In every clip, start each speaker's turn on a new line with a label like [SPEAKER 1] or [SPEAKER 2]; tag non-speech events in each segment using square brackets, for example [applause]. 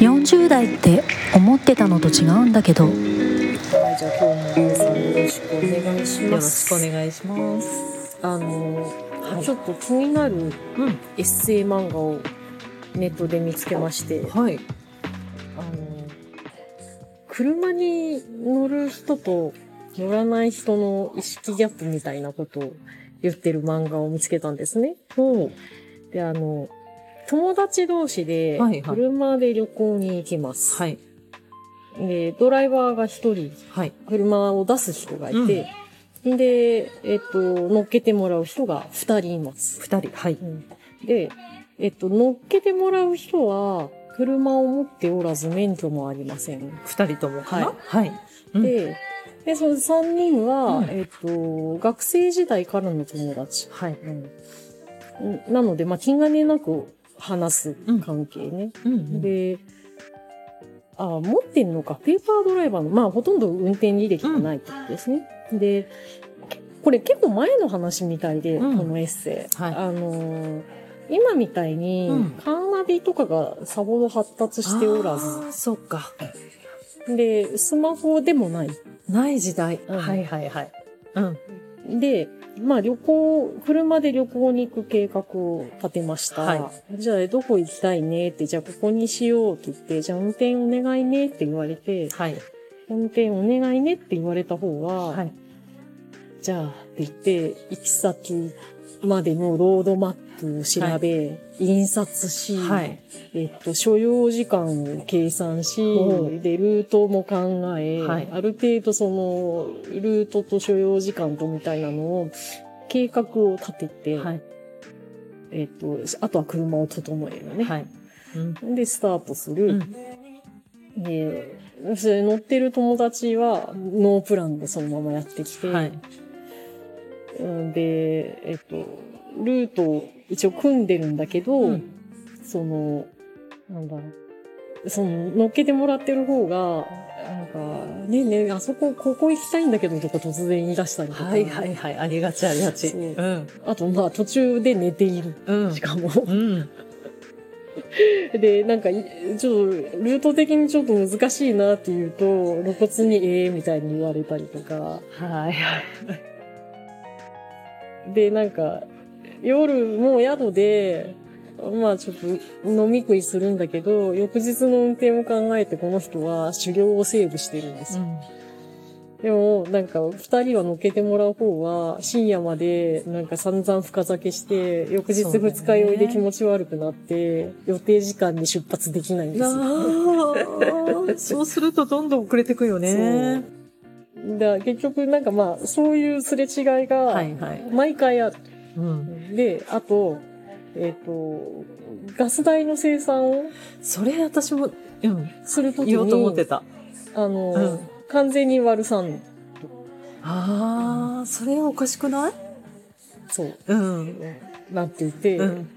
[SPEAKER 1] 20代って思ってたのと違うんだけど
[SPEAKER 2] はい、じゃあ今日も皆さんよろしくお願いし
[SPEAKER 3] よ
[SPEAKER 2] ま
[SPEAKER 3] ろし
[SPEAKER 2] す。
[SPEAKER 3] くお願いします。
[SPEAKER 2] あのー、
[SPEAKER 3] はい
[SPEAKER 2] ちょっと気になる
[SPEAKER 3] うん、
[SPEAKER 2] エッセイ漫画をネットで見つけまして、
[SPEAKER 3] はい。
[SPEAKER 2] あのー、車に乗る人と乗らない人の意識ギャップみたいなことを言ってる漫画を見つけたんですね。
[SPEAKER 3] ほ
[SPEAKER 2] で、あの、友達同士で
[SPEAKER 3] はいはい
[SPEAKER 2] 車で旅行に行きます。
[SPEAKER 3] はい、
[SPEAKER 2] で、ドライバーが一人
[SPEAKER 3] はい、
[SPEAKER 2] 車を出す人がいて、で、えっと、乗っけてもらう人が二人います。
[SPEAKER 3] 二人、はい、
[SPEAKER 2] で、えっと、乗っけてもらう人は、車を持っておらず免許もありません。
[SPEAKER 3] 二人ともかな。
[SPEAKER 2] は
[SPEAKER 3] はい、うん
[SPEAKER 2] で、で、その三人は、
[SPEAKER 3] うん
[SPEAKER 2] えっと、学生時代からの友達。
[SPEAKER 3] はい、
[SPEAKER 2] うんなので、まあ、気兼ねなく話す関係ね。
[SPEAKER 3] うん、うん、
[SPEAKER 2] で、あ、持ってんのか。ペーパードライバーの、まあ、ほとんど運転履歴がないってことですね。で、これ結構前の話みたいで、
[SPEAKER 3] うん
[SPEAKER 2] このエッセイ。
[SPEAKER 3] はい
[SPEAKER 2] あのー今みたいに
[SPEAKER 3] うん、
[SPEAKER 2] カーナビとかがさほど発達しておらず、
[SPEAKER 3] あー。そうか。
[SPEAKER 2] で、スマホでもない。
[SPEAKER 3] ない時代。
[SPEAKER 2] うん
[SPEAKER 3] はい、はい、はい。うん、
[SPEAKER 2] で、まあ旅行、車で旅行に行く計画を立てました。
[SPEAKER 3] は
[SPEAKER 2] じゃあどこ行きたいねって、じゃあここにしようって言って、じゃあ運転お願いねって言われて、
[SPEAKER 3] はい、
[SPEAKER 2] 運転お願いねって言われた方は、
[SPEAKER 3] はい、
[SPEAKER 2] じゃあって言って、行き先までのロードマップを調べ、印刷し、
[SPEAKER 3] はい、
[SPEAKER 2] えっと、所要時間を計算し
[SPEAKER 3] おう、
[SPEAKER 2] で、ルートも考え、
[SPEAKER 3] はい
[SPEAKER 2] ある程度その、ルートと所要時間とみたいなのを、計画を立てて、
[SPEAKER 3] はい、
[SPEAKER 2] えっと、あとは車を整えるね。
[SPEAKER 3] はい。うん、
[SPEAKER 2] で、スタートす
[SPEAKER 3] う
[SPEAKER 2] る。
[SPEAKER 3] ん、
[SPEAKER 2] で、それ乗ってる友達は、ノープランでそのままやってきて、
[SPEAKER 3] はい、
[SPEAKER 2] うんで、えっと、ルートを一応組んでるんだけど、
[SPEAKER 3] うん
[SPEAKER 2] その、なんだろう、その、乗っけてもらってる方が、なんか、ねえねえ、あそこ、ここ行きたいんだけどとか突然言い出したりとか。
[SPEAKER 3] はい、はい、はい、ありがち、ありがち。
[SPEAKER 2] そう
[SPEAKER 3] うん、
[SPEAKER 2] あと、まあ、途中で寝ている。
[SPEAKER 3] うん
[SPEAKER 2] し、かも。
[SPEAKER 3] うん、
[SPEAKER 2] で、なんか、いちょっと、ルート的にちょっと難しいなっていうと、露骨にええみたいに言われたりとか。
[SPEAKER 3] はい、はい、
[SPEAKER 2] で、なんか、夜もう宿で、まあちょっと飲み食いするんだけど、翌日の運転を考えてこの人は修行をセーブしてるんです
[SPEAKER 3] う
[SPEAKER 2] よ。
[SPEAKER 3] ん、
[SPEAKER 2] でも、なんか、二人は乗っけてもらう方は、深夜まで、なんか散々深酒して、翌日
[SPEAKER 3] そうだね
[SPEAKER 2] 二日酔いで気持ち悪くなって、予定時間に出発できないんです
[SPEAKER 3] な
[SPEAKER 2] よ。
[SPEAKER 3] [laughs] あ、そうするとどんどん遅れてくよね。
[SPEAKER 2] だから結局、なんかまあ、そういうすれ違い
[SPEAKER 3] は
[SPEAKER 2] が、
[SPEAKER 3] い、はい、
[SPEAKER 2] 毎回ある。
[SPEAKER 3] うん。
[SPEAKER 2] で、あと、えっ、と、ガス代の生産を
[SPEAKER 3] それ私も、うん、
[SPEAKER 2] するときに、
[SPEAKER 3] 言おうと思ってた。
[SPEAKER 2] あの、
[SPEAKER 3] うん
[SPEAKER 2] 完全に割るさん。
[SPEAKER 3] ああ、それはおかしくない
[SPEAKER 2] そう、
[SPEAKER 3] うん。
[SPEAKER 2] なっていて、
[SPEAKER 3] うん。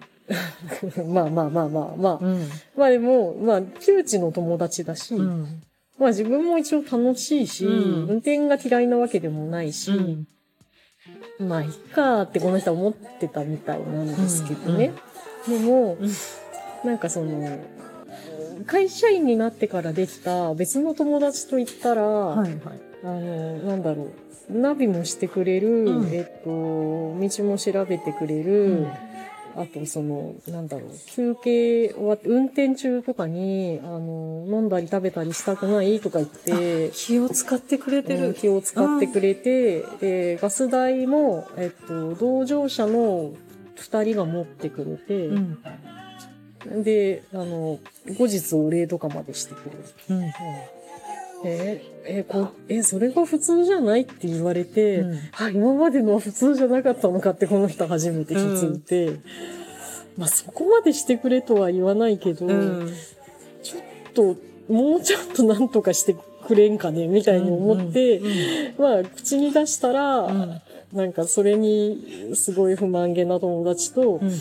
[SPEAKER 2] [laughs] まあまあまあまあまあ。
[SPEAKER 3] うん。
[SPEAKER 2] まあでも、まあ、窮地の友達だし、
[SPEAKER 3] うん。
[SPEAKER 2] まあ自分も一応楽しいし、
[SPEAKER 3] うん
[SPEAKER 2] 運転が嫌いなわけでもないし、
[SPEAKER 3] うん。
[SPEAKER 2] まあいっかーってこの人は思ってたみたいなんですけどね。でも、
[SPEAKER 3] うん
[SPEAKER 2] なんかその、会社員になってからできた別の友達と言ったら、
[SPEAKER 3] はいはい。
[SPEAKER 2] あの、なんだろう。ナビもしてくれる、
[SPEAKER 3] うん
[SPEAKER 2] えっと、道も調べてくれる、
[SPEAKER 3] うん
[SPEAKER 2] あとその、なんだろう、休憩終わって、運転中とかに、あの、飲んだり食べたりしたくないとか言って、
[SPEAKER 3] 気を使ってくれて
[SPEAKER 2] うん
[SPEAKER 3] る。
[SPEAKER 2] 気を使ってくれて、で、ガス代も、えっと、同乗者の二人が持ってくれて、
[SPEAKER 3] うん。
[SPEAKER 2] で、あの、後日お礼とかまでしてくれる。
[SPEAKER 3] うん。
[SPEAKER 2] えーえーこ、えーそれが普通じゃないって言われて、
[SPEAKER 3] うん
[SPEAKER 2] あ、今までのは普通じゃなかったのかってこの人初めて気づいて、まあそこまでしてくれとは言わないけど、
[SPEAKER 3] うん。
[SPEAKER 2] ちょっと、もうちょっとなんとかしてくれんかね、みたいに思って、まあ口に出したら、
[SPEAKER 3] うん。
[SPEAKER 2] なんかそれにすごい不満げな友達と、
[SPEAKER 3] うん。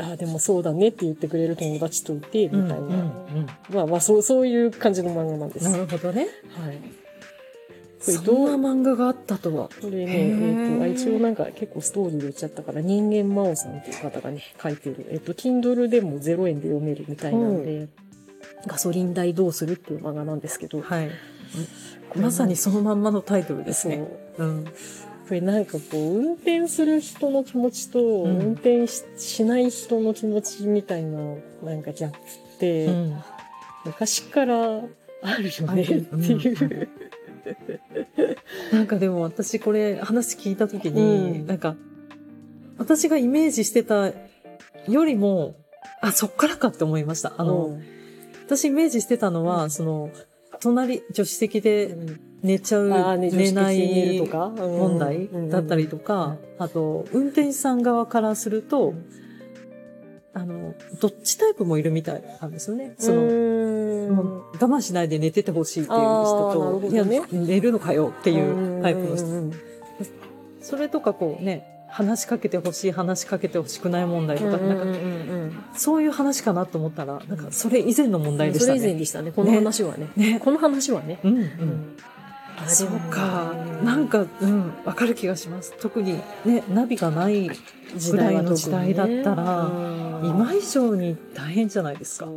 [SPEAKER 2] ああ、でもそうだねって言ってくれる友達といて、み
[SPEAKER 3] うん。
[SPEAKER 2] たいな。
[SPEAKER 3] うん。
[SPEAKER 2] まあまあそう、そういう感じの漫画なんです。
[SPEAKER 3] なるほどね。
[SPEAKER 2] はい。こ
[SPEAKER 3] そ
[SPEAKER 2] れ
[SPEAKER 3] ん
[SPEAKER 2] どう
[SPEAKER 3] な漫画があったとは。
[SPEAKER 2] これね、
[SPEAKER 3] へ
[SPEAKER 2] えっ、
[SPEAKER 3] ー
[SPEAKER 2] と、あ一応なんか結構ストーリーで言っちゃったから、人間真央さんっていう方がね、書いてる。えっ、と、Kindle でも0円で読めるみたいなんで、ガソリン代どうするっていう漫画なんですけど、
[SPEAKER 3] はい。まさにそのまんまのタイトルです
[SPEAKER 2] そ
[SPEAKER 3] ね。
[SPEAKER 2] う
[SPEAKER 3] うん。
[SPEAKER 2] これなんかこう、運転する人の気持ちと、
[SPEAKER 3] ん
[SPEAKER 2] 運転ししない人の気持ちみたいな、なんかギャップって、
[SPEAKER 3] うん。
[SPEAKER 2] 昔からあるよねっていう。
[SPEAKER 3] なんかでも私これ話聞いたときに、
[SPEAKER 2] うん
[SPEAKER 3] なんか、私がイメージしてたよりも、あ、そっからかって思いました。あ
[SPEAKER 2] あ
[SPEAKER 3] の、私イメージしてたのは、
[SPEAKER 2] うん
[SPEAKER 3] その、隣、助手席で寝ちゃう、
[SPEAKER 2] ああ、ね、
[SPEAKER 3] 寝な
[SPEAKER 2] 女子的に寝る
[SPEAKER 3] い
[SPEAKER 2] とか
[SPEAKER 3] 問題だったりとか、あと、運転手さん側からすると、
[SPEAKER 2] うん
[SPEAKER 3] あの、どっちタイプもいるみたいなんですよね。そ
[SPEAKER 2] そ
[SPEAKER 3] の、も
[SPEAKER 2] の
[SPEAKER 3] う我慢しないで寝ててほしいっていう
[SPEAKER 2] あーなる
[SPEAKER 3] 人
[SPEAKER 2] ほ
[SPEAKER 3] と、
[SPEAKER 2] ど
[SPEAKER 3] いや、
[SPEAKER 2] ね
[SPEAKER 3] 寝るのかよっていうタイプの人。
[SPEAKER 2] 人
[SPEAKER 3] それとかこうね、話しかけてほしい、話しかけてほしくない問題とか、なんかそういう話かなと思ったら、なんかそれ以前の問題でし
[SPEAKER 2] そ
[SPEAKER 3] た
[SPEAKER 2] れ
[SPEAKER 3] ね。
[SPEAKER 2] 以前でしたねこの話はね
[SPEAKER 3] ね。
[SPEAKER 2] この話はね、
[SPEAKER 3] うん
[SPEAKER 2] う
[SPEAKER 3] う。
[SPEAKER 2] んん
[SPEAKER 3] あそうか。なんか、うん、わかる気がします。特にね、ナビがないぐらいの時代だったら、今以上に大変じゃないですか。
[SPEAKER 2] ね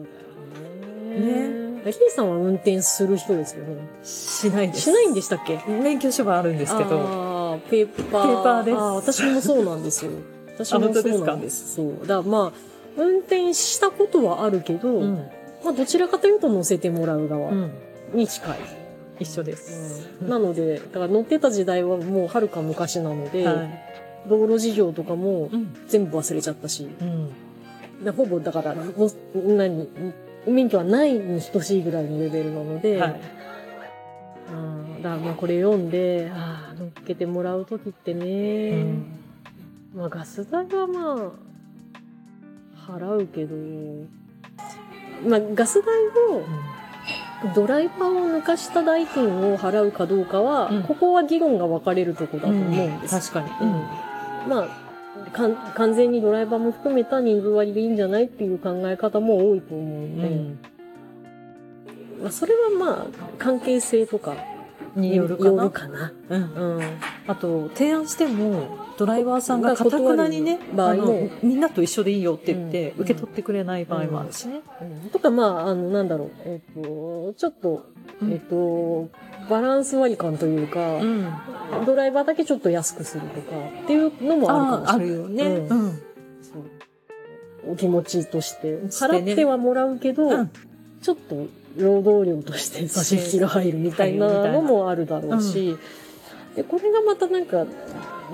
[SPEAKER 2] え。キリさんは運転する人ですよね。
[SPEAKER 3] しないです。
[SPEAKER 2] しないんでしたっけで
[SPEAKER 3] 免許証はあるんですけど、
[SPEAKER 2] ど。ペーパー。
[SPEAKER 3] ペーパーです
[SPEAKER 2] あ私もそうなんです [laughs] よ。私もそうなんです。そう。だからまあ、運転したことはあるけど、
[SPEAKER 3] うん
[SPEAKER 2] まあどちらかというと乗せてもらう側
[SPEAKER 3] うん
[SPEAKER 2] に近い。
[SPEAKER 3] 一緒です。
[SPEAKER 2] なので、だから乗ってた時代はもうはるか昔なので、
[SPEAKER 3] はい。
[SPEAKER 2] 道路事情とかも
[SPEAKER 3] うん。
[SPEAKER 2] 全部忘れちゃったし、
[SPEAKER 3] うん。
[SPEAKER 2] でほぼだから、もう何、免許はないに等しいぐらいのレベルなので、
[SPEAKER 3] はい。
[SPEAKER 2] うんだからまあこれ読んで、ああ、乗っけてもらう時って
[SPEAKER 3] う
[SPEAKER 2] ね、
[SPEAKER 3] ん
[SPEAKER 2] まあガス代はまあ、払うけど、まあガス代を、ドライバーを抜かした代金を払うかどうかは、
[SPEAKER 3] うん
[SPEAKER 2] ここは議論が分かれるとこだと思うんです。
[SPEAKER 3] 確かに。
[SPEAKER 2] うんまあかん完全にドライバーも含めた人数割でいいんじゃないっていう考え方も多いと思うので、まあ、それはまあ関係性とか
[SPEAKER 3] によるか
[SPEAKER 2] な
[SPEAKER 3] な。うん
[SPEAKER 2] うん、
[SPEAKER 3] あと、提案しても、ドライバーさんがかたくなにね、
[SPEAKER 2] まあ
[SPEAKER 3] あ
[SPEAKER 2] 断る場合も
[SPEAKER 3] の、みんなと一緒でいいよって言って、
[SPEAKER 2] うん
[SPEAKER 3] 受け取ってくれない場合もあるしね。
[SPEAKER 2] うんとかまああのなんだろうえっ、とちょっと
[SPEAKER 3] うん
[SPEAKER 2] えっ、とバランス割り感というか、
[SPEAKER 3] うん。
[SPEAKER 2] ドライバーだけちょっと安くするとかっていうのもあるかもしれない
[SPEAKER 3] ああ、あるよね。
[SPEAKER 2] う
[SPEAKER 3] うん。
[SPEAKER 2] そうお気持ちとして。
[SPEAKER 3] してね
[SPEAKER 2] 払ってはもらうけど、
[SPEAKER 3] うん
[SPEAKER 2] ちょっと労働量として差し引きが入るみたいなのもあるだろうし、で、これがまたなんか、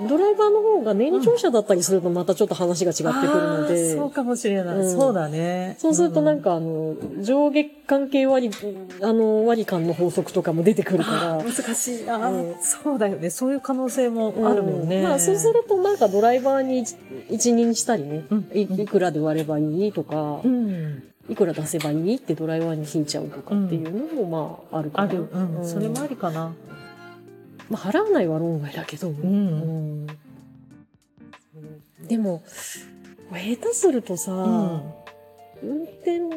[SPEAKER 2] ドライバーの方が年長者だったりするとまたちょっと話が違ってくるので、
[SPEAKER 3] あーそうかもしれな
[SPEAKER 2] う
[SPEAKER 3] い。
[SPEAKER 2] ん
[SPEAKER 3] そうだね。
[SPEAKER 2] そうするとなん
[SPEAKER 3] か、
[SPEAKER 2] かあの、上下関係割り、あの、割り感の法則とかも出てくるから
[SPEAKER 3] あ、ー難しい。あ
[SPEAKER 2] う
[SPEAKER 3] ーそうだよね。そういう可能性もあるもん
[SPEAKER 2] う
[SPEAKER 3] ね。
[SPEAKER 2] まあそうするとなんかドライバーに一一任したりね、
[SPEAKER 3] うん
[SPEAKER 2] いいくらで割ればいいとか
[SPEAKER 3] う、ん。
[SPEAKER 2] いくら出せばいいってドライバーに引いちゃうとかっていうのもまああるか
[SPEAKER 3] あ
[SPEAKER 2] な。
[SPEAKER 3] る。うん。それもありかな。
[SPEAKER 2] まあ払わないは論外だけど、
[SPEAKER 3] ん。
[SPEAKER 2] うんでも、下手するとさ、
[SPEAKER 3] うん。
[SPEAKER 2] 運転全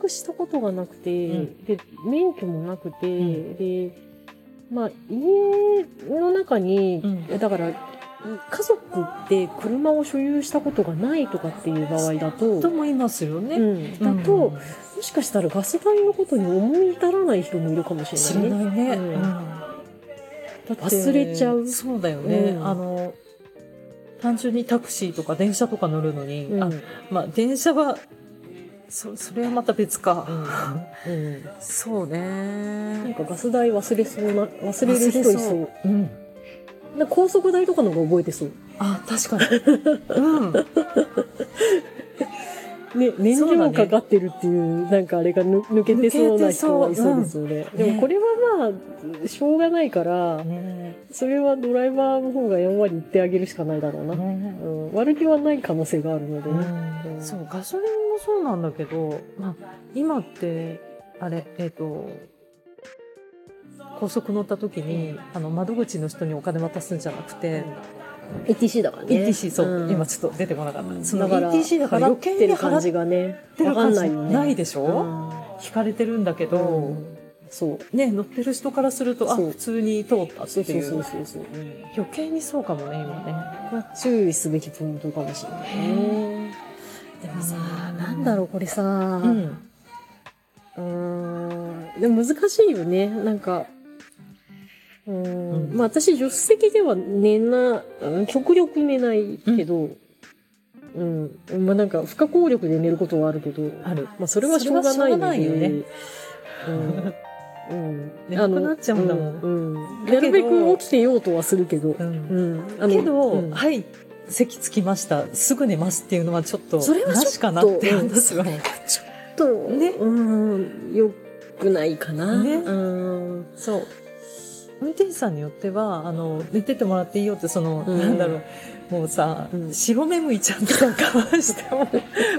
[SPEAKER 2] くしたことがなくて、
[SPEAKER 3] うん
[SPEAKER 2] で、免許もなくて、
[SPEAKER 3] ん
[SPEAKER 2] で、まあ家の中に、
[SPEAKER 3] うん
[SPEAKER 2] えだから、家族って車を所有したことがないとかっていう場合だと、
[SPEAKER 3] 人もいますよね。
[SPEAKER 2] うんだと、もしかしたらガス代のことに思い至らない人もいるかもし
[SPEAKER 3] 知
[SPEAKER 2] れな
[SPEAKER 3] ら
[SPEAKER 2] いね。
[SPEAKER 3] ないね、
[SPEAKER 2] うん
[SPEAKER 3] だって
[SPEAKER 2] 忘れちゃう
[SPEAKER 3] そうだよね、
[SPEAKER 2] うん
[SPEAKER 3] あの単純にタクシーとか電車とか乗るのに、
[SPEAKER 2] うん
[SPEAKER 3] あまあ電車はそそれはまた別か、
[SPEAKER 2] うん
[SPEAKER 3] そう
[SPEAKER 2] なん
[SPEAKER 3] ね
[SPEAKER 2] かガス代忘れそうな、忘れる人いそう。
[SPEAKER 3] 忘れう、ん、
[SPEAKER 2] なんか高速代とかの方が覚えてそう。
[SPEAKER 3] あ確かに、うん、
[SPEAKER 2] ね、燃
[SPEAKER 3] そうだ
[SPEAKER 2] 料
[SPEAKER 3] ね
[SPEAKER 2] かかってるっていう、なんかあれがぬ抜けてそうな人はいそうですよね。
[SPEAKER 3] ん
[SPEAKER 2] でも
[SPEAKER 3] ね
[SPEAKER 2] これはまあ、しょうがないから、それはドライバーの方がやんわり言ってあげるしかないだろうな。うん、悪気はない可能性があるのでね。
[SPEAKER 3] うんそうガソリンもそうなんだけど、まあ、今ってあれえっ、と高速乗った時にあの窓口の人にお金渡すんじゃなくて、
[SPEAKER 2] ETC だからね。
[SPEAKER 3] ETC そう、
[SPEAKER 2] ん
[SPEAKER 3] 今ちょっと出てこなかった、そ
[SPEAKER 2] だ
[SPEAKER 3] の
[SPEAKER 2] から、
[SPEAKER 3] ETC だから
[SPEAKER 2] 払
[SPEAKER 3] 余
[SPEAKER 2] っ
[SPEAKER 3] 計
[SPEAKER 2] て
[SPEAKER 3] に
[SPEAKER 2] る
[SPEAKER 3] 払
[SPEAKER 2] 感
[SPEAKER 3] っ
[SPEAKER 2] じ
[SPEAKER 3] て
[SPEAKER 2] がね、わ
[SPEAKER 3] る
[SPEAKER 2] か
[SPEAKER 3] 感
[SPEAKER 2] ん
[SPEAKER 3] じ
[SPEAKER 2] ないよね。
[SPEAKER 3] ないでしょ、引かれてるんだけど、
[SPEAKER 2] うんそう。
[SPEAKER 3] ね乗ってる人からするとあ
[SPEAKER 2] そう
[SPEAKER 3] 普通に通ったって
[SPEAKER 2] そうそ
[SPEAKER 3] いうう
[SPEAKER 2] そうそうそう。
[SPEAKER 3] 余計にそうかもね今ね
[SPEAKER 2] 注意すべきポイントかもしれないね。でもさ、なんだろう、これさ、
[SPEAKER 3] うん
[SPEAKER 2] うん、でも難しいよね。なんか、うーん、
[SPEAKER 3] うん
[SPEAKER 2] まあ私、助手席では寝な、うん極力寝ないけど、うん、まあなんか、不可抗力で寝ることはあるけど、
[SPEAKER 3] ある。
[SPEAKER 2] まあそれはしょうがないので。
[SPEAKER 3] それはしょうがないよね
[SPEAKER 2] うん。うん。
[SPEAKER 3] [laughs] 眠くなっちゃうんだもん
[SPEAKER 2] あのうん
[SPEAKER 3] だけ
[SPEAKER 2] な
[SPEAKER 3] ど
[SPEAKER 2] るべく起きてようとはするけど。
[SPEAKER 3] うん
[SPEAKER 2] うん。あの
[SPEAKER 3] けど、
[SPEAKER 2] うん
[SPEAKER 3] はい、席つきました。すぐ寝ますっていうのはちょっと、
[SPEAKER 2] それはちょっと
[SPEAKER 3] なしかなって
[SPEAKER 2] うん [laughs]
[SPEAKER 3] 話は。
[SPEAKER 2] ちょっと、
[SPEAKER 3] ね
[SPEAKER 2] うん、良くないかな。
[SPEAKER 3] ね
[SPEAKER 2] うん。
[SPEAKER 3] そう。運転手さんによっては、あの、寝ててもらっていいよって、その、
[SPEAKER 2] うん
[SPEAKER 3] なんだろう、もうさ、
[SPEAKER 2] うん
[SPEAKER 3] 白目むいちゃったかわして
[SPEAKER 2] [laughs]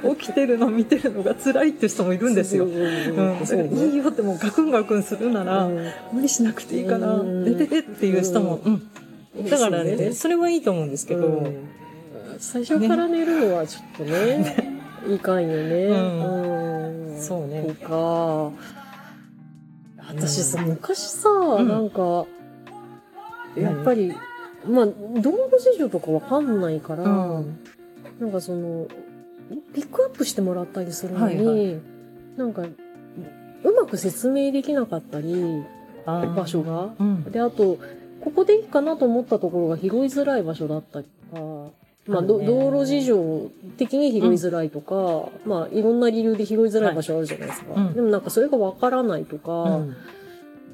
[SPEAKER 3] も、起きてるの見てるのが辛いって人もいるんですよ。
[SPEAKER 2] そうそうそ
[SPEAKER 3] う
[SPEAKER 2] う。
[SPEAKER 3] ん、
[SPEAKER 2] そ
[SPEAKER 3] そうれ
[SPEAKER 2] ね
[SPEAKER 3] いいよってもうガクンガクンするなら、無理しなくていいから、
[SPEAKER 2] うん
[SPEAKER 3] 寝ててっていう人も、うん。
[SPEAKER 2] うん
[SPEAKER 3] だから
[SPEAKER 2] そう
[SPEAKER 3] ね、それはいいと思うんですけど、
[SPEAKER 2] うん最初から寝るのはちょっと
[SPEAKER 3] [laughs]
[SPEAKER 2] ね、いかんよね。
[SPEAKER 3] うん
[SPEAKER 2] うん
[SPEAKER 3] そうね
[SPEAKER 2] とか、私さ、
[SPEAKER 3] うん
[SPEAKER 2] 昔さ、
[SPEAKER 3] ん
[SPEAKER 2] なんか、やっぱり、まあ、道具事情とかわかんないから、
[SPEAKER 3] うん
[SPEAKER 2] なんかその、ピックアップしてもらったりするのに、
[SPEAKER 3] はい
[SPEAKER 2] なんか、うまく説明できなかったり、
[SPEAKER 3] あー
[SPEAKER 2] 場所が。
[SPEAKER 3] うん。
[SPEAKER 2] で、あと、ここでいいかなと思ったところが拾いづらい場所だったりとか、まあ、ど
[SPEAKER 3] あるね
[SPEAKER 2] 道路事情的に拾いづらいとか、まあ、いろんな理由で拾いづらい場所あるじゃないですか。
[SPEAKER 3] はいうん
[SPEAKER 2] でもなんかそれがわからないとか、
[SPEAKER 3] うん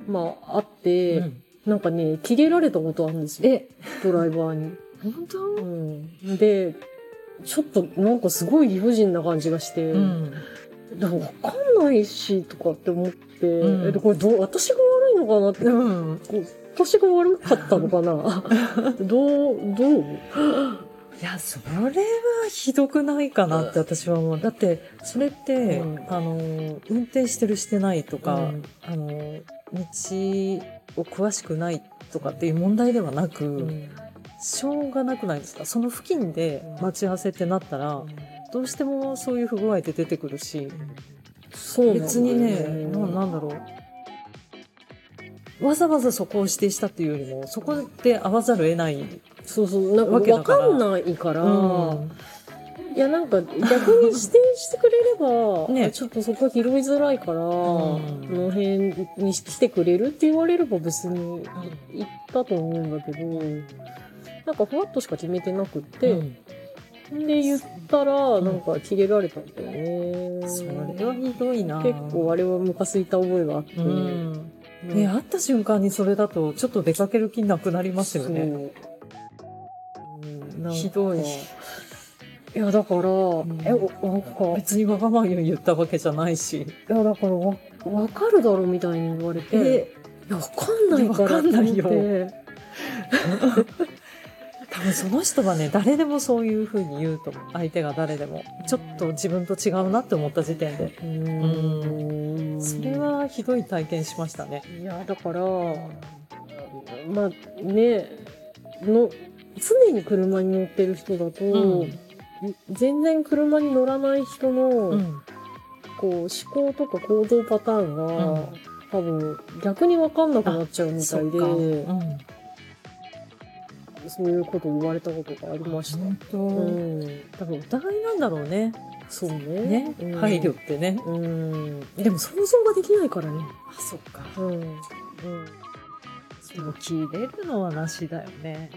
[SPEAKER 2] まあ、あって、
[SPEAKER 3] うん
[SPEAKER 2] なんかね、切れられたことあるんですよ。
[SPEAKER 3] え、
[SPEAKER 2] ドライバーに。
[SPEAKER 3] 本当
[SPEAKER 2] うん。で、ちょっとなんかすごい理不尽な感じがして、
[SPEAKER 3] うん。
[SPEAKER 2] なんかわかんないし、とかって思って、
[SPEAKER 3] うん
[SPEAKER 2] えでこれどう、私が悪いのかなって、
[SPEAKER 3] うん。
[SPEAKER 2] 私が悪かったのか
[SPEAKER 3] [laughs]
[SPEAKER 2] などう、どう
[SPEAKER 3] いや、それはひどくないかなって私は思う。だって、それって、
[SPEAKER 2] うん
[SPEAKER 3] あの、運転してるしてないとか、
[SPEAKER 2] うん
[SPEAKER 3] あの、道を詳しくないとかっていう問題ではなく、しょうがなくないですかその付近で待ち合わせってなったら、どうしてもそういう不具合って出てくるし、
[SPEAKER 2] そうなんだよ
[SPEAKER 3] 別にね、ななんだろう。わざわざそこを指定したっていうよりも、そこで会わざるを得ない。
[SPEAKER 2] そうそう、なん
[SPEAKER 3] わけ
[SPEAKER 2] か
[SPEAKER 3] だ
[SPEAKER 2] わ
[SPEAKER 3] から
[SPEAKER 2] かんないから、
[SPEAKER 3] うん
[SPEAKER 2] いやなんか逆に指定してくれれば、
[SPEAKER 3] [laughs] ね
[SPEAKER 2] ちょっとそこは拾いづらいから、
[SPEAKER 3] ん
[SPEAKER 2] この辺に来てくれるって言われれば別に行ったと思うんだけど、なんかふわっとしか決めてなくって、
[SPEAKER 3] うん
[SPEAKER 2] で言ったら、なんか切れられたんだよね。
[SPEAKER 3] それはひどいな。
[SPEAKER 2] 結構あれはムカついた覚えがあって。
[SPEAKER 3] うん。
[SPEAKER 2] うん
[SPEAKER 3] ね、会った瞬間にそれだと、ちょっと出かける気なくなりますよね。
[SPEAKER 2] そう。
[SPEAKER 3] なんか
[SPEAKER 2] ひどい。いや、だから、
[SPEAKER 3] ん
[SPEAKER 2] え、おなんか、い
[SPEAKER 3] 別にわがまま言ったわけじゃないし。
[SPEAKER 2] や、だからわ、わかるだろみたいに言われて、いや、わかんないから
[SPEAKER 3] わかんないよ
[SPEAKER 2] と思って
[SPEAKER 3] 多分その人はね、誰でもそういう風に言うと思う。相手が誰でも。ちょっと自分と違うなって思った時点で。
[SPEAKER 2] うーん。
[SPEAKER 3] それ、はひどい体験しましたね。
[SPEAKER 2] いや、だから、まあ、ね、の、常に車に乗ってる人だと、
[SPEAKER 3] うん
[SPEAKER 2] 全然車に乗らない人の、
[SPEAKER 3] うん。
[SPEAKER 2] こう思考とか行動パターンが、
[SPEAKER 3] うん
[SPEAKER 2] 多分逆に分かんなくなっちゃうみた
[SPEAKER 3] そ
[SPEAKER 2] いうで
[SPEAKER 3] か。うん。
[SPEAKER 2] そう,、いうことを言われたことがありました。
[SPEAKER 3] 本当。
[SPEAKER 2] うん、
[SPEAKER 3] 多分お互いなんだろうね。
[SPEAKER 2] そうね
[SPEAKER 3] ね
[SPEAKER 2] う。ん
[SPEAKER 3] 配慮ってね。
[SPEAKER 2] うん、でも想像ができないからね。
[SPEAKER 3] あ、そっか。
[SPEAKER 2] うん、うん、
[SPEAKER 3] でも切れるのはなしだよね。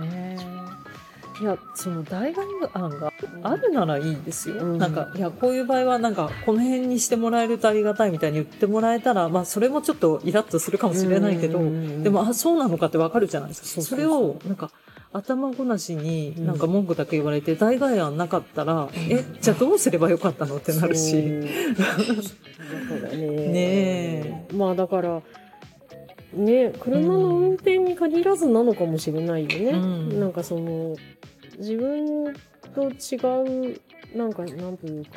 [SPEAKER 3] ねえいやその代替案があるならいいんですよ、
[SPEAKER 2] うん
[SPEAKER 3] なんかいやこういう場合はなんかこの辺にしてもらえるとありがたいみたいに言ってもらえたらまあそれもちょっとイラッとするかもしれないけど、で
[SPEAKER 2] で、
[SPEAKER 3] もあそうなのかってわかるじゃないですか
[SPEAKER 2] そ
[SPEAKER 3] そう
[SPEAKER 2] そうそう
[SPEAKER 3] れをなんか頭ごなしになんか文句だけ言われて代替案なかったら、えじゃあどうすればよかったのってなるし。
[SPEAKER 2] そう。だからね。
[SPEAKER 3] ね
[SPEAKER 2] まあだから、ね、車の運転に限らずなのかもしれないよね。
[SPEAKER 3] うん
[SPEAKER 2] なんかその、自分と違う、なんか、なんというか、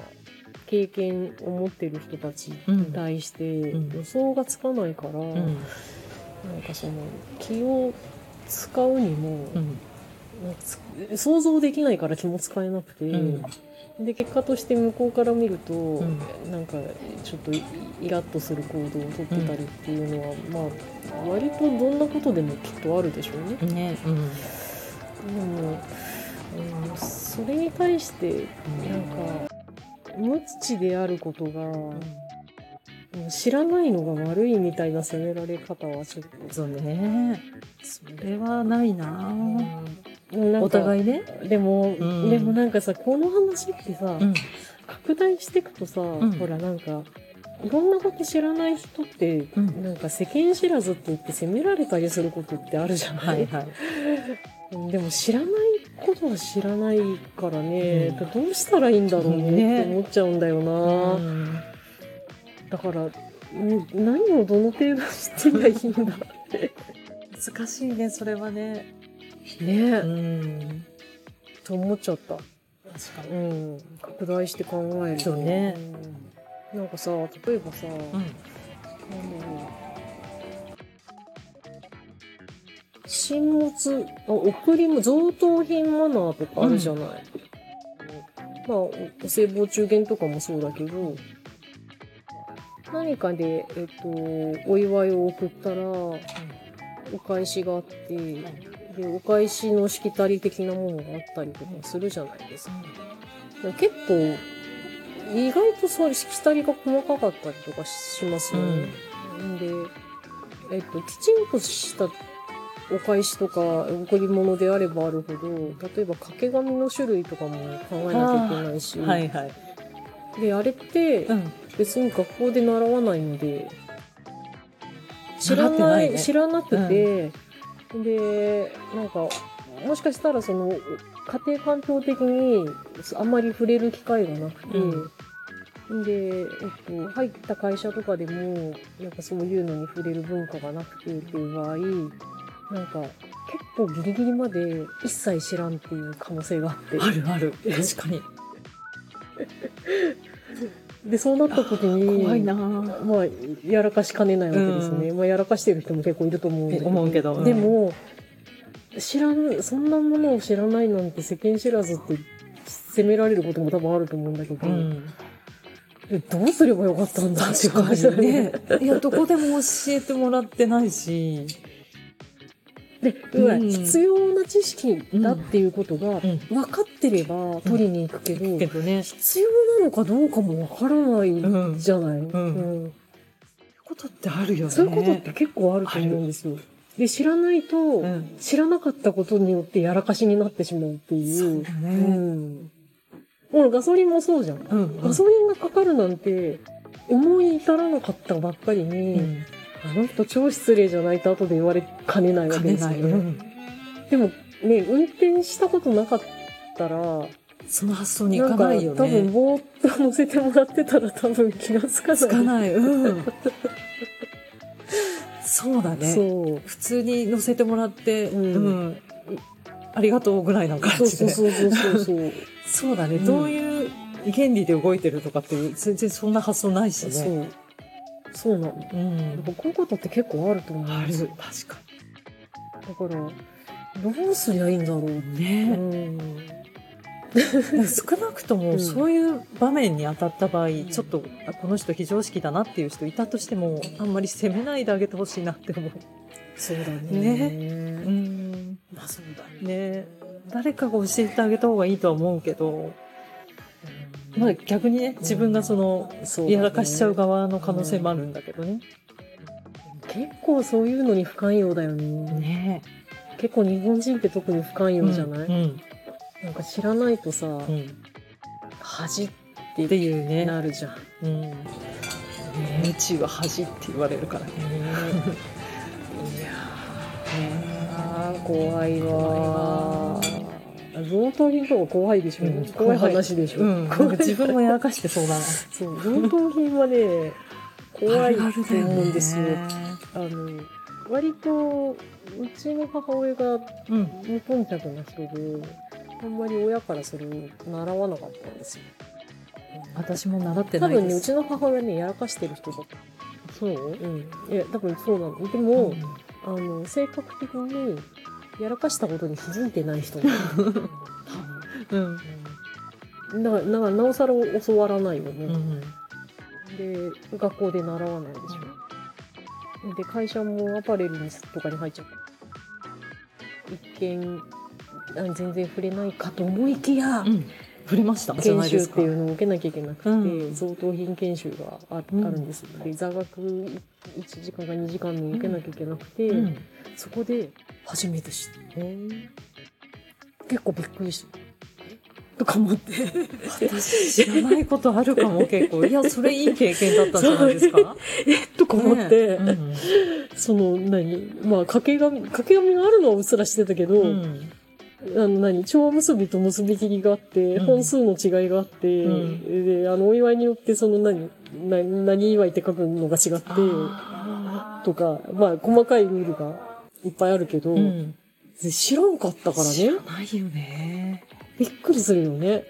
[SPEAKER 2] 経験を持ってる人たちに対して
[SPEAKER 3] ん
[SPEAKER 2] 予想がつかないから、
[SPEAKER 3] うん
[SPEAKER 2] なんかその、気を使うにも、
[SPEAKER 3] うん
[SPEAKER 2] なんかつ想像できないから気も使えなくて、
[SPEAKER 3] うん
[SPEAKER 2] で結果として向こうから見ると、
[SPEAKER 3] ん
[SPEAKER 2] なんかちょっとイラッとする行動をとってたりっていうのは、まあ割とどんなことでもきっとあるでしょうね。
[SPEAKER 3] ねうん
[SPEAKER 2] でも、うん、そそれに対してなんか無知であることが知らないのが悪いみたいな責められ方はちょっ
[SPEAKER 3] そうねそれはないな
[SPEAKER 2] と、なんか
[SPEAKER 3] お互いね
[SPEAKER 2] でも、
[SPEAKER 3] うん
[SPEAKER 2] でもなんかさこの話ってさ、
[SPEAKER 3] うん
[SPEAKER 2] 拡大していくとさ、
[SPEAKER 3] ん
[SPEAKER 2] ほらなんかいろんなこと知らない人って、
[SPEAKER 3] うん
[SPEAKER 2] なんか世間知らずって言って責められたりすることってあるじゃな、
[SPEAKER 3] はいいはい
[SPEAKER 2] でも知らないことは知らないからね、
[SPEAKER 3] う
[SPEAKER 2] どうしたらいいんだろうね
[SPEAKER 3] ね
[SPEAKER 2] って思っちゃうんだよな、
[SPEAKER 3] うん
[SPEAKER 2] だからうん何をどの程度知ってりゃいいん
[SPEAKER 3] [laughs]
[SPEAKER 2] だって
[SPEAKER 3] 難しいねそれはね
[SPEAKER 2] ねえ、
[SPEAKER 3] ん
[SPEAKER 2] と思っちゃった。
[SPEAKER 3] 確
[SPEAKER 2] う
[SPEAKER 3] か
[SPEAKER 2] ん、拡大して考えると
[SPEAKER 3] そうね
[SPEAKER 2] うんなんかさ例えばさ、なんだ
[SPEAKER 3] に
[SPEAKER 2] ろう新物あ贈り物贈答品マナーとかあるじゃない、まあおお歳暮中元とかもそうだけど何かで、えっと、お祝いを送ったらお返しがあって、でお返しのしきたり的なものがあったりとかするじゃないですか。結構意外とそういうしきたりが細かかったりとかしますよね。ん、で、えっと、きちんとしたお返しとか贈り物であればあるほど例えば掛け紙の種類とかも考えなきゃいけないし、
[SPEAKER 3] うんはいはい
[SPEAKER 2] であれって
[SPEAKER 3] うん
[SPEAKER 2] 別に学校で習わないので知
[SPEAKER 3] 習
[SPEAKER 2] ら
[SPEAKER 3] っ
[SPEAKER 2] な
[SPEAKER 3] てないいね
[SPEAKER 2] 知らなくて、でなんかもしかしたらその家庭環境的にあんまり触れる機会がなくて、で、えっと、入った会社とかでもなんかそういうのに触れる文化がなくてっていう場合なんか結構ギリギリまで一切知らんっていう可能性があって
[SPEAKER 3] あるある確かに
[SPEAKER 2] でそうなった時に
[SPEAKER 3] 怖いなぁ
[SPEAKER 2] まあ、やらかしかねないわけですね。まあ、やらかしてる人も結構いると思うんだけど。
[SPEAKER 3] 思うけどうん
[SPEAKER 2] でも、知らん、そんなものを知らないなんて世間知らずって責められることも多分あると思うんだけど、
[SPEAKER 3] うん
[SPEAKER 2] えどうすればよかったんだっていう
[SPEAKER 3] 確か
[SPEAKER 2] 感じだ
[SPEAKER 3] にね
[SPEAKER 2] ね。
[SPEAKER 3] いやどこでも教えてもらってないし
[SPEAKER 2] [laughs] で、うわ
[SPEAKER 3] うん
[SPEAKER 2] 必要な知識だっていうことが
[SPEAKER 3] ん
[SPEAKER 2] 分かってれば取りに行くけど、
[SPEAKER 3] けどね
[SPEAKER 2] 必要なのかどうかも分からない
[SPEAKER 3] うん
[SPEAKER 2] じゃない、
[SPEAKER 3] ん
[SPEAKER 2] うん
[SPEAKER 3] ことってあるよね
[SPEAKER 2] そういうことって結構あると思うんですよ。で、知らないと、
[SPEAKER 3] うん
[SPEAKER 2] 知らなかったことによってやらかしになってしまうっていう。
[SPEAKER 3] そうだね
[SPEAKER 2] うん。もうガソリンもそうじゃん。
[SPEAKER 3] うん
[SPEAKER 2] ガソリンがかかるなんて、思い至らなかったばっかりに、
[SPEAKER 3] うん
[SPEAKER 2] あの人超失礼じゃないと後で言われかねないわ
[SPEAKER 3] 兼
[SPEAKER 2] け
[SPEAKER 3] ね
[SPEAKER 2] ですよ
[SPEAKER 3] ない
[SPEAKER 2] ね。
[SPEAKER 3] うん
[SPEAKER 2] でもね、運転したことなかったら、
[SPEAKER 3] その発想にいかないよ
[SPEAKER 2] んか多分
[SPEAKER 3] ね
[SPEAKER 2] ぼーっと乗せてもらってたら多分気がつかない。
[SPEAKER 3] つかないうんそうだね
[SPEAKER 2] そう。
[SPEAKER 3] 普通に乗せてもらって、
[SPEAKER 2] うん
[SPEAKER 3] うんありがとうぐらいの感
[SPEAKER 2] そう
[SPEAKER 3] じ
[SPEAKER 2] そう
[SPEAKER 3] で。
[SPEAKER 2] そうそうそうそう。
[SPEAKER 3] [laughs] そうだね、
[SPEAKER 2] うん
[SPEAKER 3] どういう原理で動いてるとかっていう、全然そんな発想ないしね。
[SPEAKER 2] そう。そうなの。
[SPEAKER 3] うん。
[SPEAKER 2] こういうことって結構あると思うん
[SPEAKER 3] あ
[SPEAKER 2] で
[SPEAKER 3] る、
[SPEAKER 2] すよ
[SPEAKER 3] 確。か
[SPEAKER 2] だから、どうすりゃいいんだろう。
[SPEAKER 3] に。
[SPEAKER 2] う
[SPEAKER 3] ね、
[SPEAKER 2] ん。
[SPEAKER 3] 少なくと
[SPEAKER 2] う
[SPEAKER 3] も、
[SPEAKER 2] ん
[SPEAKER 3] そういう場面に当たった場合、
[SPEAKER 2] ん
[SPEAKER 3] ちょっと、あこの人非常識だなっていう人いたとしても、あんまり責めないであげてほしいなって思う。
[SPEAKER 2] そうだね。
[SPEAKER 3] ねう
[SPEAKER 2] ね。
[SPEAKER 3] ん。
[SPEAKER 2] まあそうだね。
[SPEAKER 3] ね誰かが教えてあげた方がいいとは思うけど、まあ逆にね、自分がその、
[SPEAKER 2] そうだね
[SPEAKER 3] やらかしちゃう側の可能性もあるんだけどね。
[SPEAKER 2] 結構そういうのに不寛容だよね。
[SPEAKER 3] ね
[SPEAKER 2] 結構日本人って特に不寛
[SPEAKER 3] え
[SPEAKER 2] 容じゃない、
[SPEAKER 3] うん。
[SPEAKER 2] なんか知らないとさ、
[SPEAKER 3] うん。
[SPEAKER 2] 恥っ
[SPEAKER 3] っていう
[SPEAKER 2] て
[SPEAKER 3] ね。
[SPEAKER 2] なるじゃん。
[SPEAKER 3] うん。ね無知は恥って言われるからね。
[SPEAKER 2] いやー、怖いわー。贈答品とか怖いでしょ、
[SPEAKER 3] うん
[SPEAKER 2] 怖い話でしょ、
[SPEAKER 3] うん。なんか自分もやらかしてそうだ
[SPEAKER 2] [laughs]
[SPEAKER 3] な。
[SPEAKER 2] そう、贈答品はね、怖いと思うんですよ。あの、割と、うちの母親が
[SPEAKER 3] うん。
[SPEAKER 2] 無頓着な人で、あんまり親からそれを習わなかったんですよ。
[SPEAKER 3] 私も習って
[SPEAKER 2] 多
[SPEAKER 3] ない
[SPEAKER 2] 分
[SPEAKER 3] で
[SPEAKER 2] ね、う
[SPEAKER 3] す。
[SPEAKER 2] ちの母親ね、やらかしてる人だった。
[SPEAKER 3] そう
[SPEAKER 2] うん。いや、多分そうなの。で
[SPEAKER 3] う
[SPEAKER 2] も、
[SPEAKER 3] ん
[SPEAKER 2] あの、性格的に、やらかしたことに気づいてない
[SPEAKER 3] [laughs]
[SPEAKER 2] 人なの多
[SPEAKER 3] うん。
[SPEAKER 2] 分だから、だからなおさら教わらないよね。
[SPEAKER 3] うん。
[SPEAKER 2] で、学校で習わないでしょ。で、会社もアパレルにとかに入っちゃった。一見、あ全然触れないかと思いきや、
[SPEAKER 3] うん、触れましたじゃ
[SPEAKER 2] 研
[SPEAKER 3] ないで
[SPEAKER 2] 修っ
[SPEAKER 3] すか
[SPEAKER 2] ていうのを受けなきゃいけなくて、
[SPEAKER 3] うん
[SPEAKER 2] 贈答品研修があ,、
[SPEAKER 3] うん
[SPEAKER 2] あるんですで座学1時間か2時間の受けなきゃいけなくて、
[SPEAKER 3] うん
[SPEAKER 2] そこで
[SPEAKER 3] 初めて知って
[SPEAKER 2] 結構びっくりした。とか思って
[SPEAKER 3] [laughs] 私知らないことあるかも結構いやそれいい経験だったんじゃないですか
[SPEAKER 2] とか思って、
[SPEAKER 3] ねうん
[SPEAKER 2] その何まあ掛け紙掛け紙があるのはうっすらしてたけど、
[SPEAKER 3] うん
[SPEAKER 2] あの何超結びと結び切りがあって、
[SPEAKER 3] うん
[SPEAKER 2] 本数の違いがあって、
[SPEAKER 3] う
[SPEAKER 2] であのお祝いによってその何何何祝いって書くのが違って
[SPEAKER 3] あ
[SPEAKER 2] とかまあ細かいルールがいっぱいあるけど、
[SPEAKER 3] ーうん
[SPEAKER 2] で知らんかったから
[SPEAKER 3] 知
[SPEAKER 2] ね
[SPEAKER 3] らないよね
[SPEAKER 2] びっくりするよね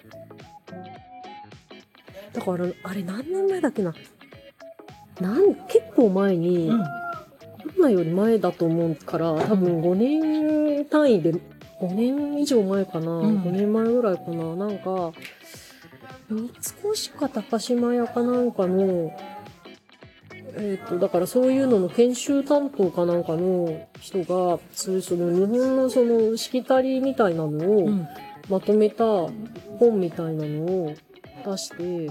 [SPEAKER 2] だからあれ何年前だっけななん結構前に、
[SPEAKER 3] うん
[SPEAKER 2] 今より前だと思うから、多分5年単位で、5年以上前かな、
[SPEAKER 3] ん
[SPEAKER 2] 5年前ぐらいかな、なんか、三越か高島屋かなんかの、えっ、と、だからそういうのの研修担当かなんかの人が、そういうその日本のそのしきたりみたいなのを、
[SPEAKER 3] うん
[SPEAKER 2] まとめた本みたいなのを出して、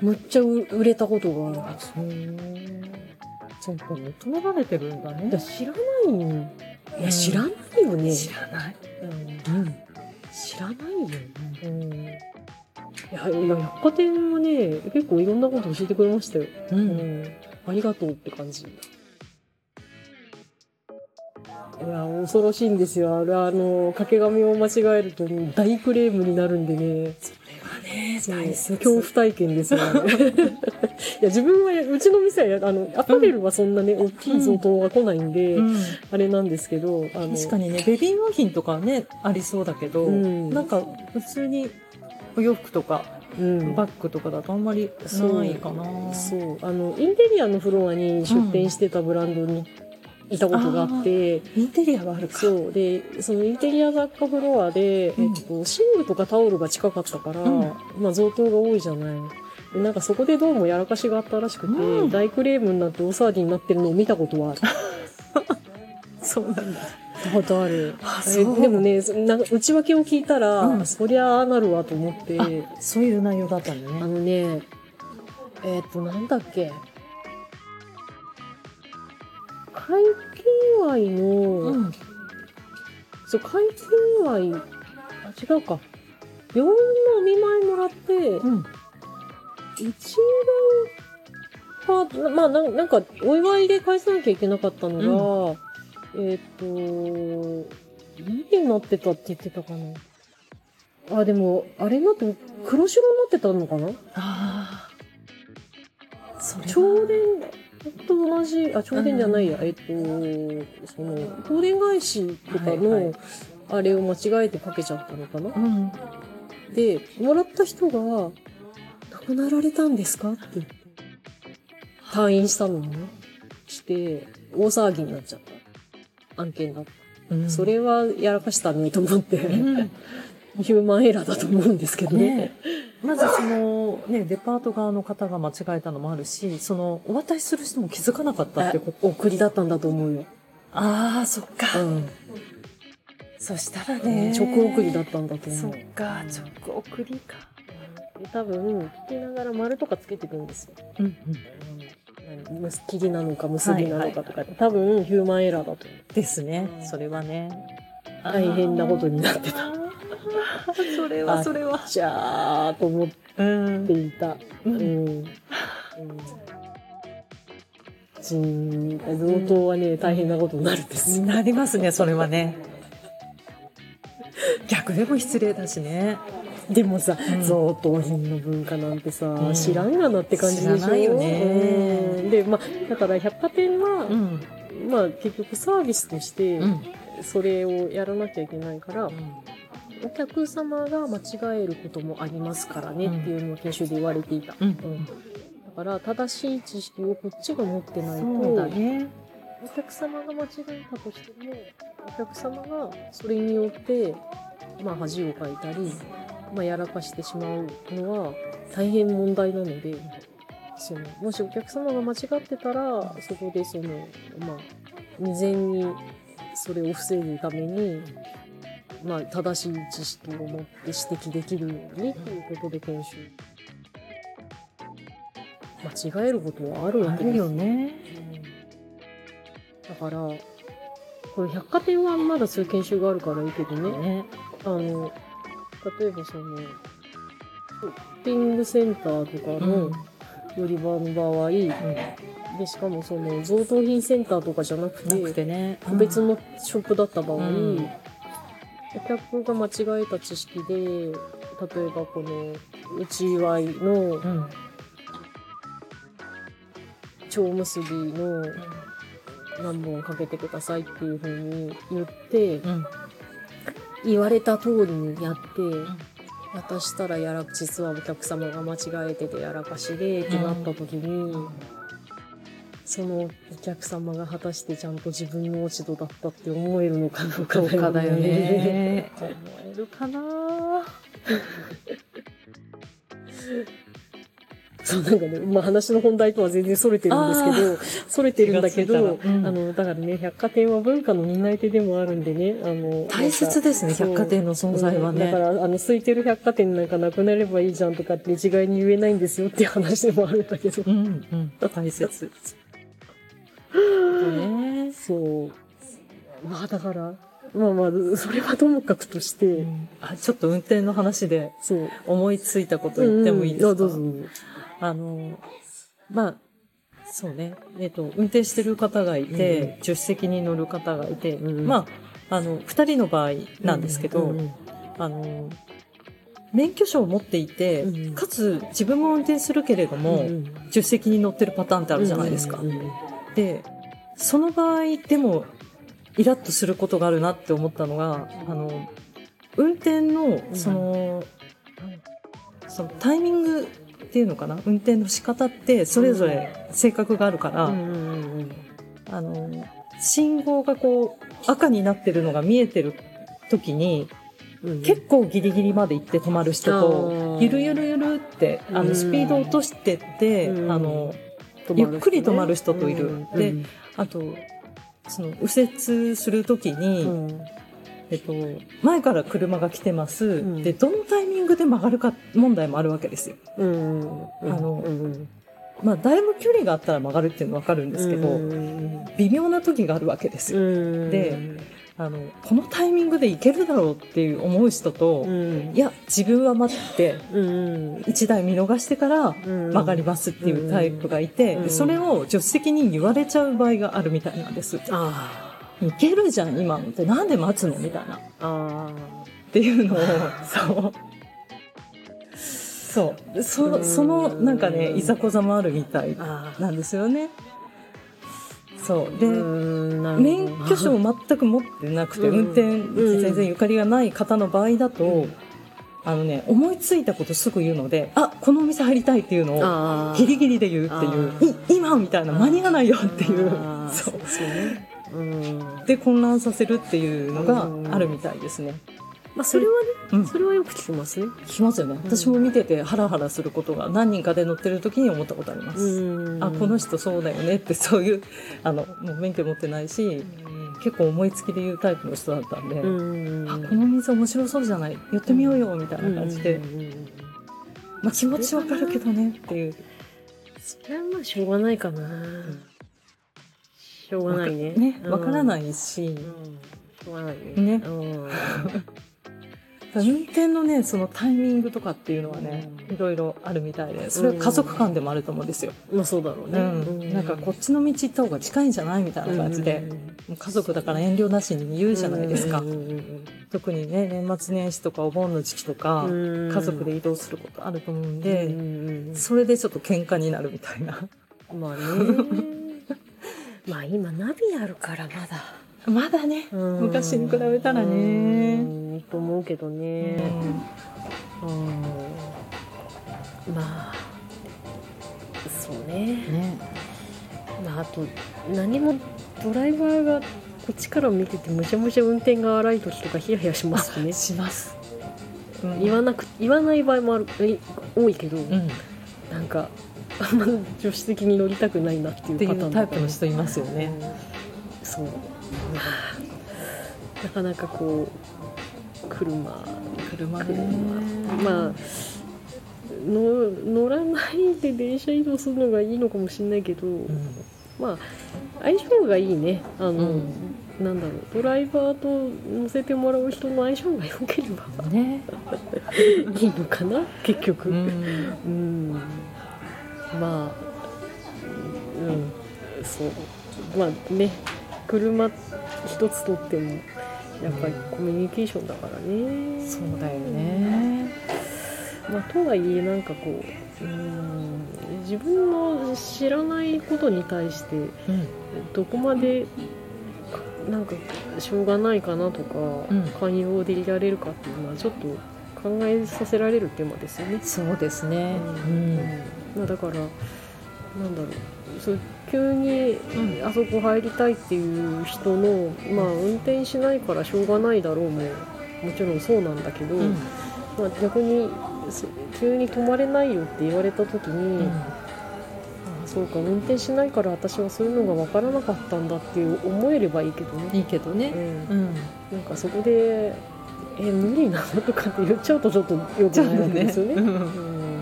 [SPEAKER 2] むっちゃ売れたことがあるんですよ。
[SPEAKER 3] ちゃんと求められてるんだね
[SPEAKER 2] いや、知らないよ。い
[SPEAKER 3] うん
[SPEAKER 2] や、知らないよね。
[SPEAKER 3] らない
[SPEAKER 2] うん、知らないよね。うん。いや、いや百貨店はね、結構いろんなこと教えてくれましたよ。
[SPEAKER 3] う
[SPEAKER 2] うんん。ありがとうって感じ。いや、恐ろしいんですよ。あれ、あの、掛け紙を間違えるとね大クレームになるんでね。
[SPEAKER 3] それはね
[SPEAKER 2] そう恐怖体験ですよ [laughs] ね。いや、自分は、うちの店はや、あの、アパレルはそんなね、大きい贈答が来ないんで、
[SPEAKER 3] うん
[SPEAKER 2] あれなんですけど、あの、
[SPEAKER 3] 確かにねベビー用品とかねありそうだけど、
[SPEAKER 2] うん
[SPEAKER 3] なんか普通にお洋服とか
[SPEAKER 2] うん、
[SPEAKER 3] バッグとかだとあんまりないかな
[SPEAKER 2] そうあのインテリアのフロアに出店してたブランドにいたことがあって、
[SPEAKER 3] インテリアがあるか
[SPEAKER 2] そうでそのインテリア雑貨フロアで、
[SPEAKER 3] うん
[SPEAKER 2] えっと、寝具とかタオルが近かったから、
[SPEAKER 3] うん
[SPEAKER 2] まあ、贈答が多いじゃないでなんかそこでどうもやらかしがあったらしくて、
[SPEAKER 3] うん
[SPEAKER 2] 大クレームになって大騒ぎになってるのを見たことはある
[SPEAKER 3] [laughs] そうなんだ
[SPEAKER 2] ことある
[SPEAKER 3] あ
[SPEAKER 2] え
[SPEAKER 3] そう
[SPEAKER 2] でもねそなんか内訳を聞いたら、
[SPEAKER 3] うん
[SPEAKER 2] そりゃああなるわと思って
[SPEAKER 3] あそういう内容だったんだ
[SPEAKER 2] あ
[SPEAKER 3] ね
[SPEAKER 2] のね、えっ、と、なんだっけ。会期祝いの、
[SPEAKER 3] うん
[SPEAKER 2] そう、会期祝い、あ、違うか。病院のお見舞いもらって、
[SPEAKER 3] うん
[SPEAKER 2] 一番は、まあな、なんか、お祝いで返さなきゃいけなかったのが、えっ、と、何になってたって言ってたかな。あ、でも、あれになって、黒白になってたのかな
[SPEAKER 3] ああそれは
[SPEAKER 2] 朝電と同じ、あ、朝電じゃないや、えっと、その、東電返しとか
[SPEAKER 3] はいはい
[SPEAKER 2] の、あれを間違えてかけちゃったのかな、
[SPEAKER 3] うん
[SPEAKER 2] で、もらった人が、亡くなられたんですかって言って、退院したのにね、して、大騒ぎになっちゃった。案件だった。
[SPEAKER 3] うん
[SPEAKER 2] それはやらかしたね、と思って、
[SPEAKER 3] うん
[SPEAKER 2] ヒューマンエラーだと思うんですけどね。
[SPEAKER 3] ね、まずその、ね、デパート側の方が間違えたのもあるし、その、お渡しする人も気づかなかったっ
[SPEAKER 2] あ
[SPEAKER 3] てこと。
[SPEAKER 2] 送りだったんだと思うよ。
[SPEAKER 3] ああ、そっか
[SPEAKER 2] うん。
[SPEAKER 3] そしたら
[SPEAKER 2] 直送りだったんだと思
[SPEAKER 3] そうっ。か、直送りか。
[SPEAKER 2] で多分聞きながら丸とかつけていくんですよ。
[SPEAKER 3] うんうん。
[SPEAKER 2] むす切りなのか結びなのかとか、
[SPEAKER 3] はいはい
[SPEAKER 2] 多分ヒューマンエラーだと思う
[SPEAKER 3] ですね。それはね。
[SPEAKER 2] 大変なことになってた
[SPEAKER 3] あー。それ
[SPEAKER 2] あ
[SPEAKER 3] はそれは。
[SPEAKER 2] じゃあと思っ
[SPEAKER 3] うん
[SPEAKER 2] ていた。
[SPEAKER 3] う。
[SPEAKER 2] うん。うんん。じーん贈答はね、大変なことになるんです。
[SPEAKER 3] なりますね、それはね。逆でも失礼だしね。
[SPEAKER 2] でもさ、
[SPEAKER 3] ん
[SPEAKER 2] 贈答品の文化なんてさ、
[SPEAKER 3] うん
[SPEAKER 2] 知らんがなって感じでしょ
[SPEAKER 3] 知らないよね
[SPEAKER 2] うんで、まあ、だから百貨店は、
[SPEAKER 3] ん。
[SPEAKER 2] まあ結局サービスとして
[SPEAKER 3] う、ん。
[SPEAKER 2] それをやらなきゃいけないから、お客様が間違えることもありますからねっていうのを研修で言われていた。
[SPEAKER 3] う
[SPEAKER 2] うん
[SPEAKER 3] ん。
[SPEAKER 2] だから、正しい知識をこっちが持ってないと、
[SPEAKER 3] そうだね。
[SPEAKER 2] お客様が間違えたとしても、お客様がそれによって、まあ、恥をかいたり、まあ、やらかしてしまうのは大変問題なので、そのもしお客様が間違ってたら、そこでその、まあ、未然にそれを防ぐために、まあ、正しい知識を持って指摘できるようにっていうことで研修。間違えることはあるわ
[SPEAKER 3] あ
[SPEAKER 2] けで
[SPEAKER 3] る
[SPEAKER 2] す
[SPEAKER 3] よね。
[SPEAKER 2] だから、これ百貨店はまだそういう研修があるからいいけどね、
[SPEAKER 3] ね。
[SPEAKER 2] あの、例えばその、ショッピングセンターとかの売り場の場合、で、しかもその贈答品センターとかじゃなく
[SPEAKER 3] な
[SPEAKER 2] て、
[SPEAKER 3] くてね。
[SPEAKER 2] 個別のショップだった場合、
[SPEAKER 3] うん
[SPEAKER 2] お客が間違えた知識で、例えばこの、内祝いの
[SPEAKER 3] うん。うん。
[SPEAKER 2] 蝶結びの何本かけてくださいっていうふうに言って、
[SPEAKER 3] うん。
[SPEAKER 2] 言われた通りにやって、渡したらやら、実はお客様が間違えててやらかしで、ってなった時に、そのお客様が果たしてちゃんと自分の落ち度だったって思えるのかどうか
[SPEAKER 3] どうか
[SPEAKER 2] だ
[SPEAKER 3] だよ
[SPEAKER 2] よね。
[SPEAKER 3] ね。思えるかな。
[SPEAKER 2] [laughs] そうなんかね、まあ話の本題とは全然逸れてるんですけど、逸れてるんだけ
[SPEAKER 3] 気が
[SPEAKER 2] ど
[SPEAKER 3] つい、たらうん
[SPEAKER 2] あの、だからね、百貨店は文化の担い手でもあるんでね、あの、
[SPEAKER 3] 大切ですね、
[SPEAKER 2] そう
[SPEAKER 3] 百貨店の存在は
[SPEAKER 2] うんだか
[SPEAKER 3] ね。
[SPEAKER 2] ら、あの、空いてる百貨店なんかなくなればいいじゃんとかって一概に言えないんですよっていう話でもあるんだけど。
[SPEAKER 3] うん、うん。大切。ね。
[SPEAKER 2] そう。まあだから、まあまあ、それはともかくとして、
[SPEAKER 3] あ、ちょっと運転の話で
[SPEAKER 2] そう。
[SPEAKER 3] 思いついたこと言ってもいいですか、
[SPEAKER 2] うんあどうぞどうぞ。
[SPEAKER 3] あの、まあ、そうね。えっ、と、運転してる方がいて、助手席に乗る方がいて、
[SPEAKER 2] うん
[SPEAKER 3] まあ、あの、二人の場合なんですけど、
[SPEAKER 2] うんうん
[SPEAKER 3] あの、免許証を持っていて、
[SPEAKER 2] うん
[SPEAKER 3] かつ自分も運転するけれども、
[SPEAKER 2] うん
[SPEAKER 3] 助手席に乗ってるパターンってあるじゃないですか。
[SPEAKER 2] うんうん
[SPEAKER 3] で、その場合でも、イラッとすることがあるなって思ったのが、あの、運転の、
[SPEAKER 2] うん
[SPEAKER 3] その、そのタイミングっていうのかな運転の仕方って、それぞれ性格があるから、
[SPEAKER 2] うんうん
[SPEAKER 3] あの、信号がこう、赤になってるのが見えてる時に、
[SPEAKER 2] うん
[SPEAKER 3] 結構ギリギリまで行って止まる人と
[SPEAKER 2] あー、
[SPEAKER 3] ゆるゆるゆるって、あ
[SPEAKER 2] う
[SPEAKER 3] の、
[SPEAKER 2] ん
[SPEAKER 3] スピード落としてって、
[SPEAKER 2] うん
[SPEAKER 3] あの、
[SPEAKER 2] 構
[SPEAKER 3] ゆっくり止まる人といるで
[SPEAKER 2] うん
[SPEAKER 3] あと、その、右折するときに、
[SPEAKER 2] うん
[SPEAKER 3] えっと、前から車が来てます、
[SPEAKER 2] ん
[SPEAKER 3] で、どのタイミングで曲がるか問題もあるわけですよ。
[SPEAKER 2] うんうん
[SPEAKER 3] あの
[SPEAKER 2] うん
[SPEAKER 3] まあ、だいぶ距離があったら曲がるっていうのわかるんですけど、
[SPEAKER 2] うん
[SPEAKER 3] 微妙な時があるわけですよ。
[SPEAKER 2] うん
[SPEAKER 3] であの、このタイミングで行けるだろうっていう思う人と、
[SPEAKER 2] うん
[SPEAKER 3] いや、自分は待って、
[SPEAKER 2] うん
[SPEAKER 3] 一台見逃してから曲がりますっていうタイプがいて、
[SPEAKER 2] うん
[SPEAKER 3] でそれを助手席に言われちゃう場合があるみたいなんです。
[SPEAKER 2] あ
[SPEAKER 3] 行けるじゃん、今のって。なんで待つのみたいな。
[SPEAKER 2] ーあ
[SPEAKER 3] っていうのを、そう。そう。
[SPEAKER 2] う
[SPEAKER 3] そ、
[SPEAKER 2] ん
[SPEAKER 3] その、なんかね、いざこざもあるみたい
[SPEAKER 2] ーあ
[SPEAKER 3] なんですよね。そう。
[SPEAKER 2] ー
[SPEAKER 3] で、
[SPEAKER 2] うんなるほど
[SPEAKER 3] 免許証を全く持ってなくて、
[SPEAKER 2] うん
[SPEAKER 3] 運転
[SPEAKER 2] うん
[SPEAKER 3] に全然ゆかりがない方の場合だと、あのね、思いついたことすぐ言うので、あ、このお店入りたいっていうのを、
[SPEAKER 2] あー
[SPEAKER 3] ギリギリで言うって
[SPEAKER 2] あ
[SPEAKER 3] いう
[SPEAKER 2] ー、
[SPEAKER 3] い今みたいな、間に合わないよっていう
[SPEAKER 2] あ、ー
[SPEAKER 3] そう。
[SPEAKER 2] そうねうんま
[SPEAKER 3] で、混乱させるっていうのがあるみたいですね。
[SPEAKER 2] あそれは
[SPEAKER 3] う
[SPEAKER 2] ね
[SPEAKER 3] ん
[SPEAKER 2] それはよく聞きますね
[SPEAKER 3] 聞きますよね。私も見ててハラハラすることが何人かで乗ってる時に思ったことあります。あ、この人そうだよねってそういう、あの、もう免許持ってないし、結構思いつきで言うタイプの人だったんで、
[SPEAKER 2] うん
[SPEAKER 3] あ、この水面白そうじゃない寄ってみようよみたいな感じで、
[SPEAKER 2] うんうんうん
[SPEAKER 3] まあ気持ちわかるけどねっていう。
[SPEAKER 2] それはまあしょうがないかなしょうがないね
[SPEAKER 3] ね、わから
[SPEAKER 2] い
[SPEAKER 3] ないし、
[SPEAKER 2] しょうがない
[SPEAKER 3] ね
[SPEAKER 2] うん
[SPEAKER 3] 運転のね、そのタイミングとかっていうのはね、
[SPEAKER 2] うん
[SPEAKER 3] いろいろあるみたいで、それは家族間でもあると思うんですよ。
[SPEAKER 2] まあそうだろう
[SPEAKER 3] う
[SPEAKER 2] ね
[SPEAKER 3] ん。なんかこっちの道行った方が近いんじゃないみたいな感じで。もう家族だから遠慮なしに言うじゃないですか。
[SPEAKER 2] うんうんうん
[SPEAKER 3] 特にね、年末年始とかお盆の時期とか、
[SPEAKER 2] うん
[SPEAKER 3] 家族で移動することあると思うん
[SPEAKER 2] う
[SPEAKER 3] で、
[SPEAKER 2] んうん
[SPEAKER 3] それでちょっと喧嘩になるみたいな。
[SPEAKER 2] うんまあ
[SPEAKER 3] [laughs]
[SPEAKER 2] ねまあ今ナビあるから [laughs] まだ
[SPEAKER 3] まだね、昔に比べたら
[SPEAKER 2] う
[SPEAKER 3] ね。
[SPEAKER 2] んと思うけどねうんまあそうね
[SPEAKER 3] ね
[SPEAKER 2] まああと何もドライバーがこっちから見ててむしゃむしゃ運転が荒い時とかヒヤヒヤします
[SPEAKER 3] [laughs]
[SPEAKER 2] しね
[SPEAKER 3] します。うん
[SPEAKER 2] 言わなく言わない場合もあるえ多いけど、
[SPEAKER 3] うん。っ
[SPEAKER 2] なんかあんま助手席に乗りたくないなっていう
[SPEAKER 3] てい
[SPEAKER 2] パター
[SPEAKER 3] う
[SPEAKER 2] ン
[SPEAKER 3] タ
[SPEAKER 2] だ
[SPEAKER 3] イ
[SPEAKER 2] と
[SPEAKER 3] プの人いますよね。
[SPEAKER 2] そうまあなかなかこう車
[SPEAKER 3] 車
[SPEAKER 2] 車
[SPEAKER 3] ね
[SPEAKER 2] まあの乗らないで電車移動するのがいいのかもしれないけど、
[SPEAKER 3] うん
[SPEAKER 2] まあ相性がいいねあの、
[SPEAKER 3] うん
[SPEAKER 2] なんだろうドライバーと乗せてもらう人の相性が良ければ
[SPEAKER 3] ね
[SPEAKER 2] いいのかな結局
[SPEAKER 3] う
[SPEAKER 2] うん、
[SPEAKER 3] ん
[SPEAKER 2] まあうんそうまあね車一つとってもやっぱりコミュニケーションだからね、
[SPEAKER 3] そうだよね
[SPEAKER 2] まあ、とはいえなんかこううーん自分の知らないことに対して
[SPEAKER 3] うん
[SPEAKER 2] どこまでなんかしょうがないかなとか、
[SPEAKER 3] うん
[SPEAKER 2] 寛容でいられるかっていうのはちょっと考えさせられるテーマですよね。
[SPEAKER 3] そうですねうん
[SPEAKER 2] まあ、だからなんだろうそう急に
[SPEAKER 3] うん
[SPEAKER 2] あそこ入りたいっていう人の、まあ、運転しないからしょうがないだろうももちろんそうなんだけど。
[SPEAKER 3] うん
[SPEAKER 2] まあ、逆にそ急に止まれないよって言われた時に、あそうか運転しないから私はそういうのが分からなかったんだっていう思えればいいけどね、
[SPEAKER 3] いいけど
[SPEAKER 2] う
[SPEAKER 3] ね
[SPEAKER 2] ん、
[SPEAKER 3] うん
[SPEAKER 2] なんかそこで「え無理なの?」とかって言っちゃうとちょっとよくないわけですよね。
[SPEAKER 3] ちょっとね
[SPEAKER 2] うん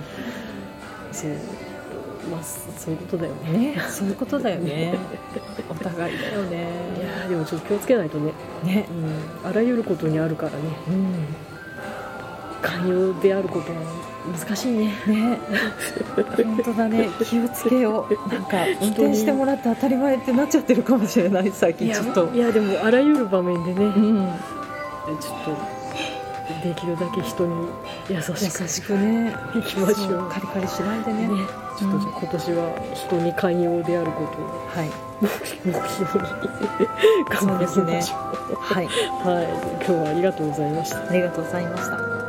[SPEAKER 2] そうまあそそういうことだよね
[SPEAKER 3] ねそういうことだよねお互いだよね
[SPEAKER 2] いやーでもちょっと気をつけないとね、
[SPEAKER 3] ね
[SPEAKER 2] うん、あらゆることにあるからね
[SPEAKER 3] うん
[SPEAKER 2] 寛容であることは難しいね
[SPEAKER 3] ね本当だね気をつけようなんか運転してもらって当たり前ってなっちゃってるかもしれない最近ちょっと
[SPEAKER 2] いやでもあらゆる場面でね、
[SPEAKER 3] うん
[SPEAKER 2] ちょっとできるだけ人に優しく
[SPEAKER 3] 優しくね
[SPEAKER 2] いきまし
[SPEAKER 3] そ
[SPEAKER 2] ょう
[SPEAKER 3] うカリカリしないでね
[SPEAKER 2] ねちょっと今年は人に寛容であることを [laughs]
[SPEAKER 3] はい
[SPEAKER 2] 目標に頑張っていきましょう
[SPEAKER 3] は
[SPEAKER 2] [laughs] は
[SPEAKER 3] い
[SPEAKER 2] い今日はありがとうございました
[SPEAKER 3] ありがとうございました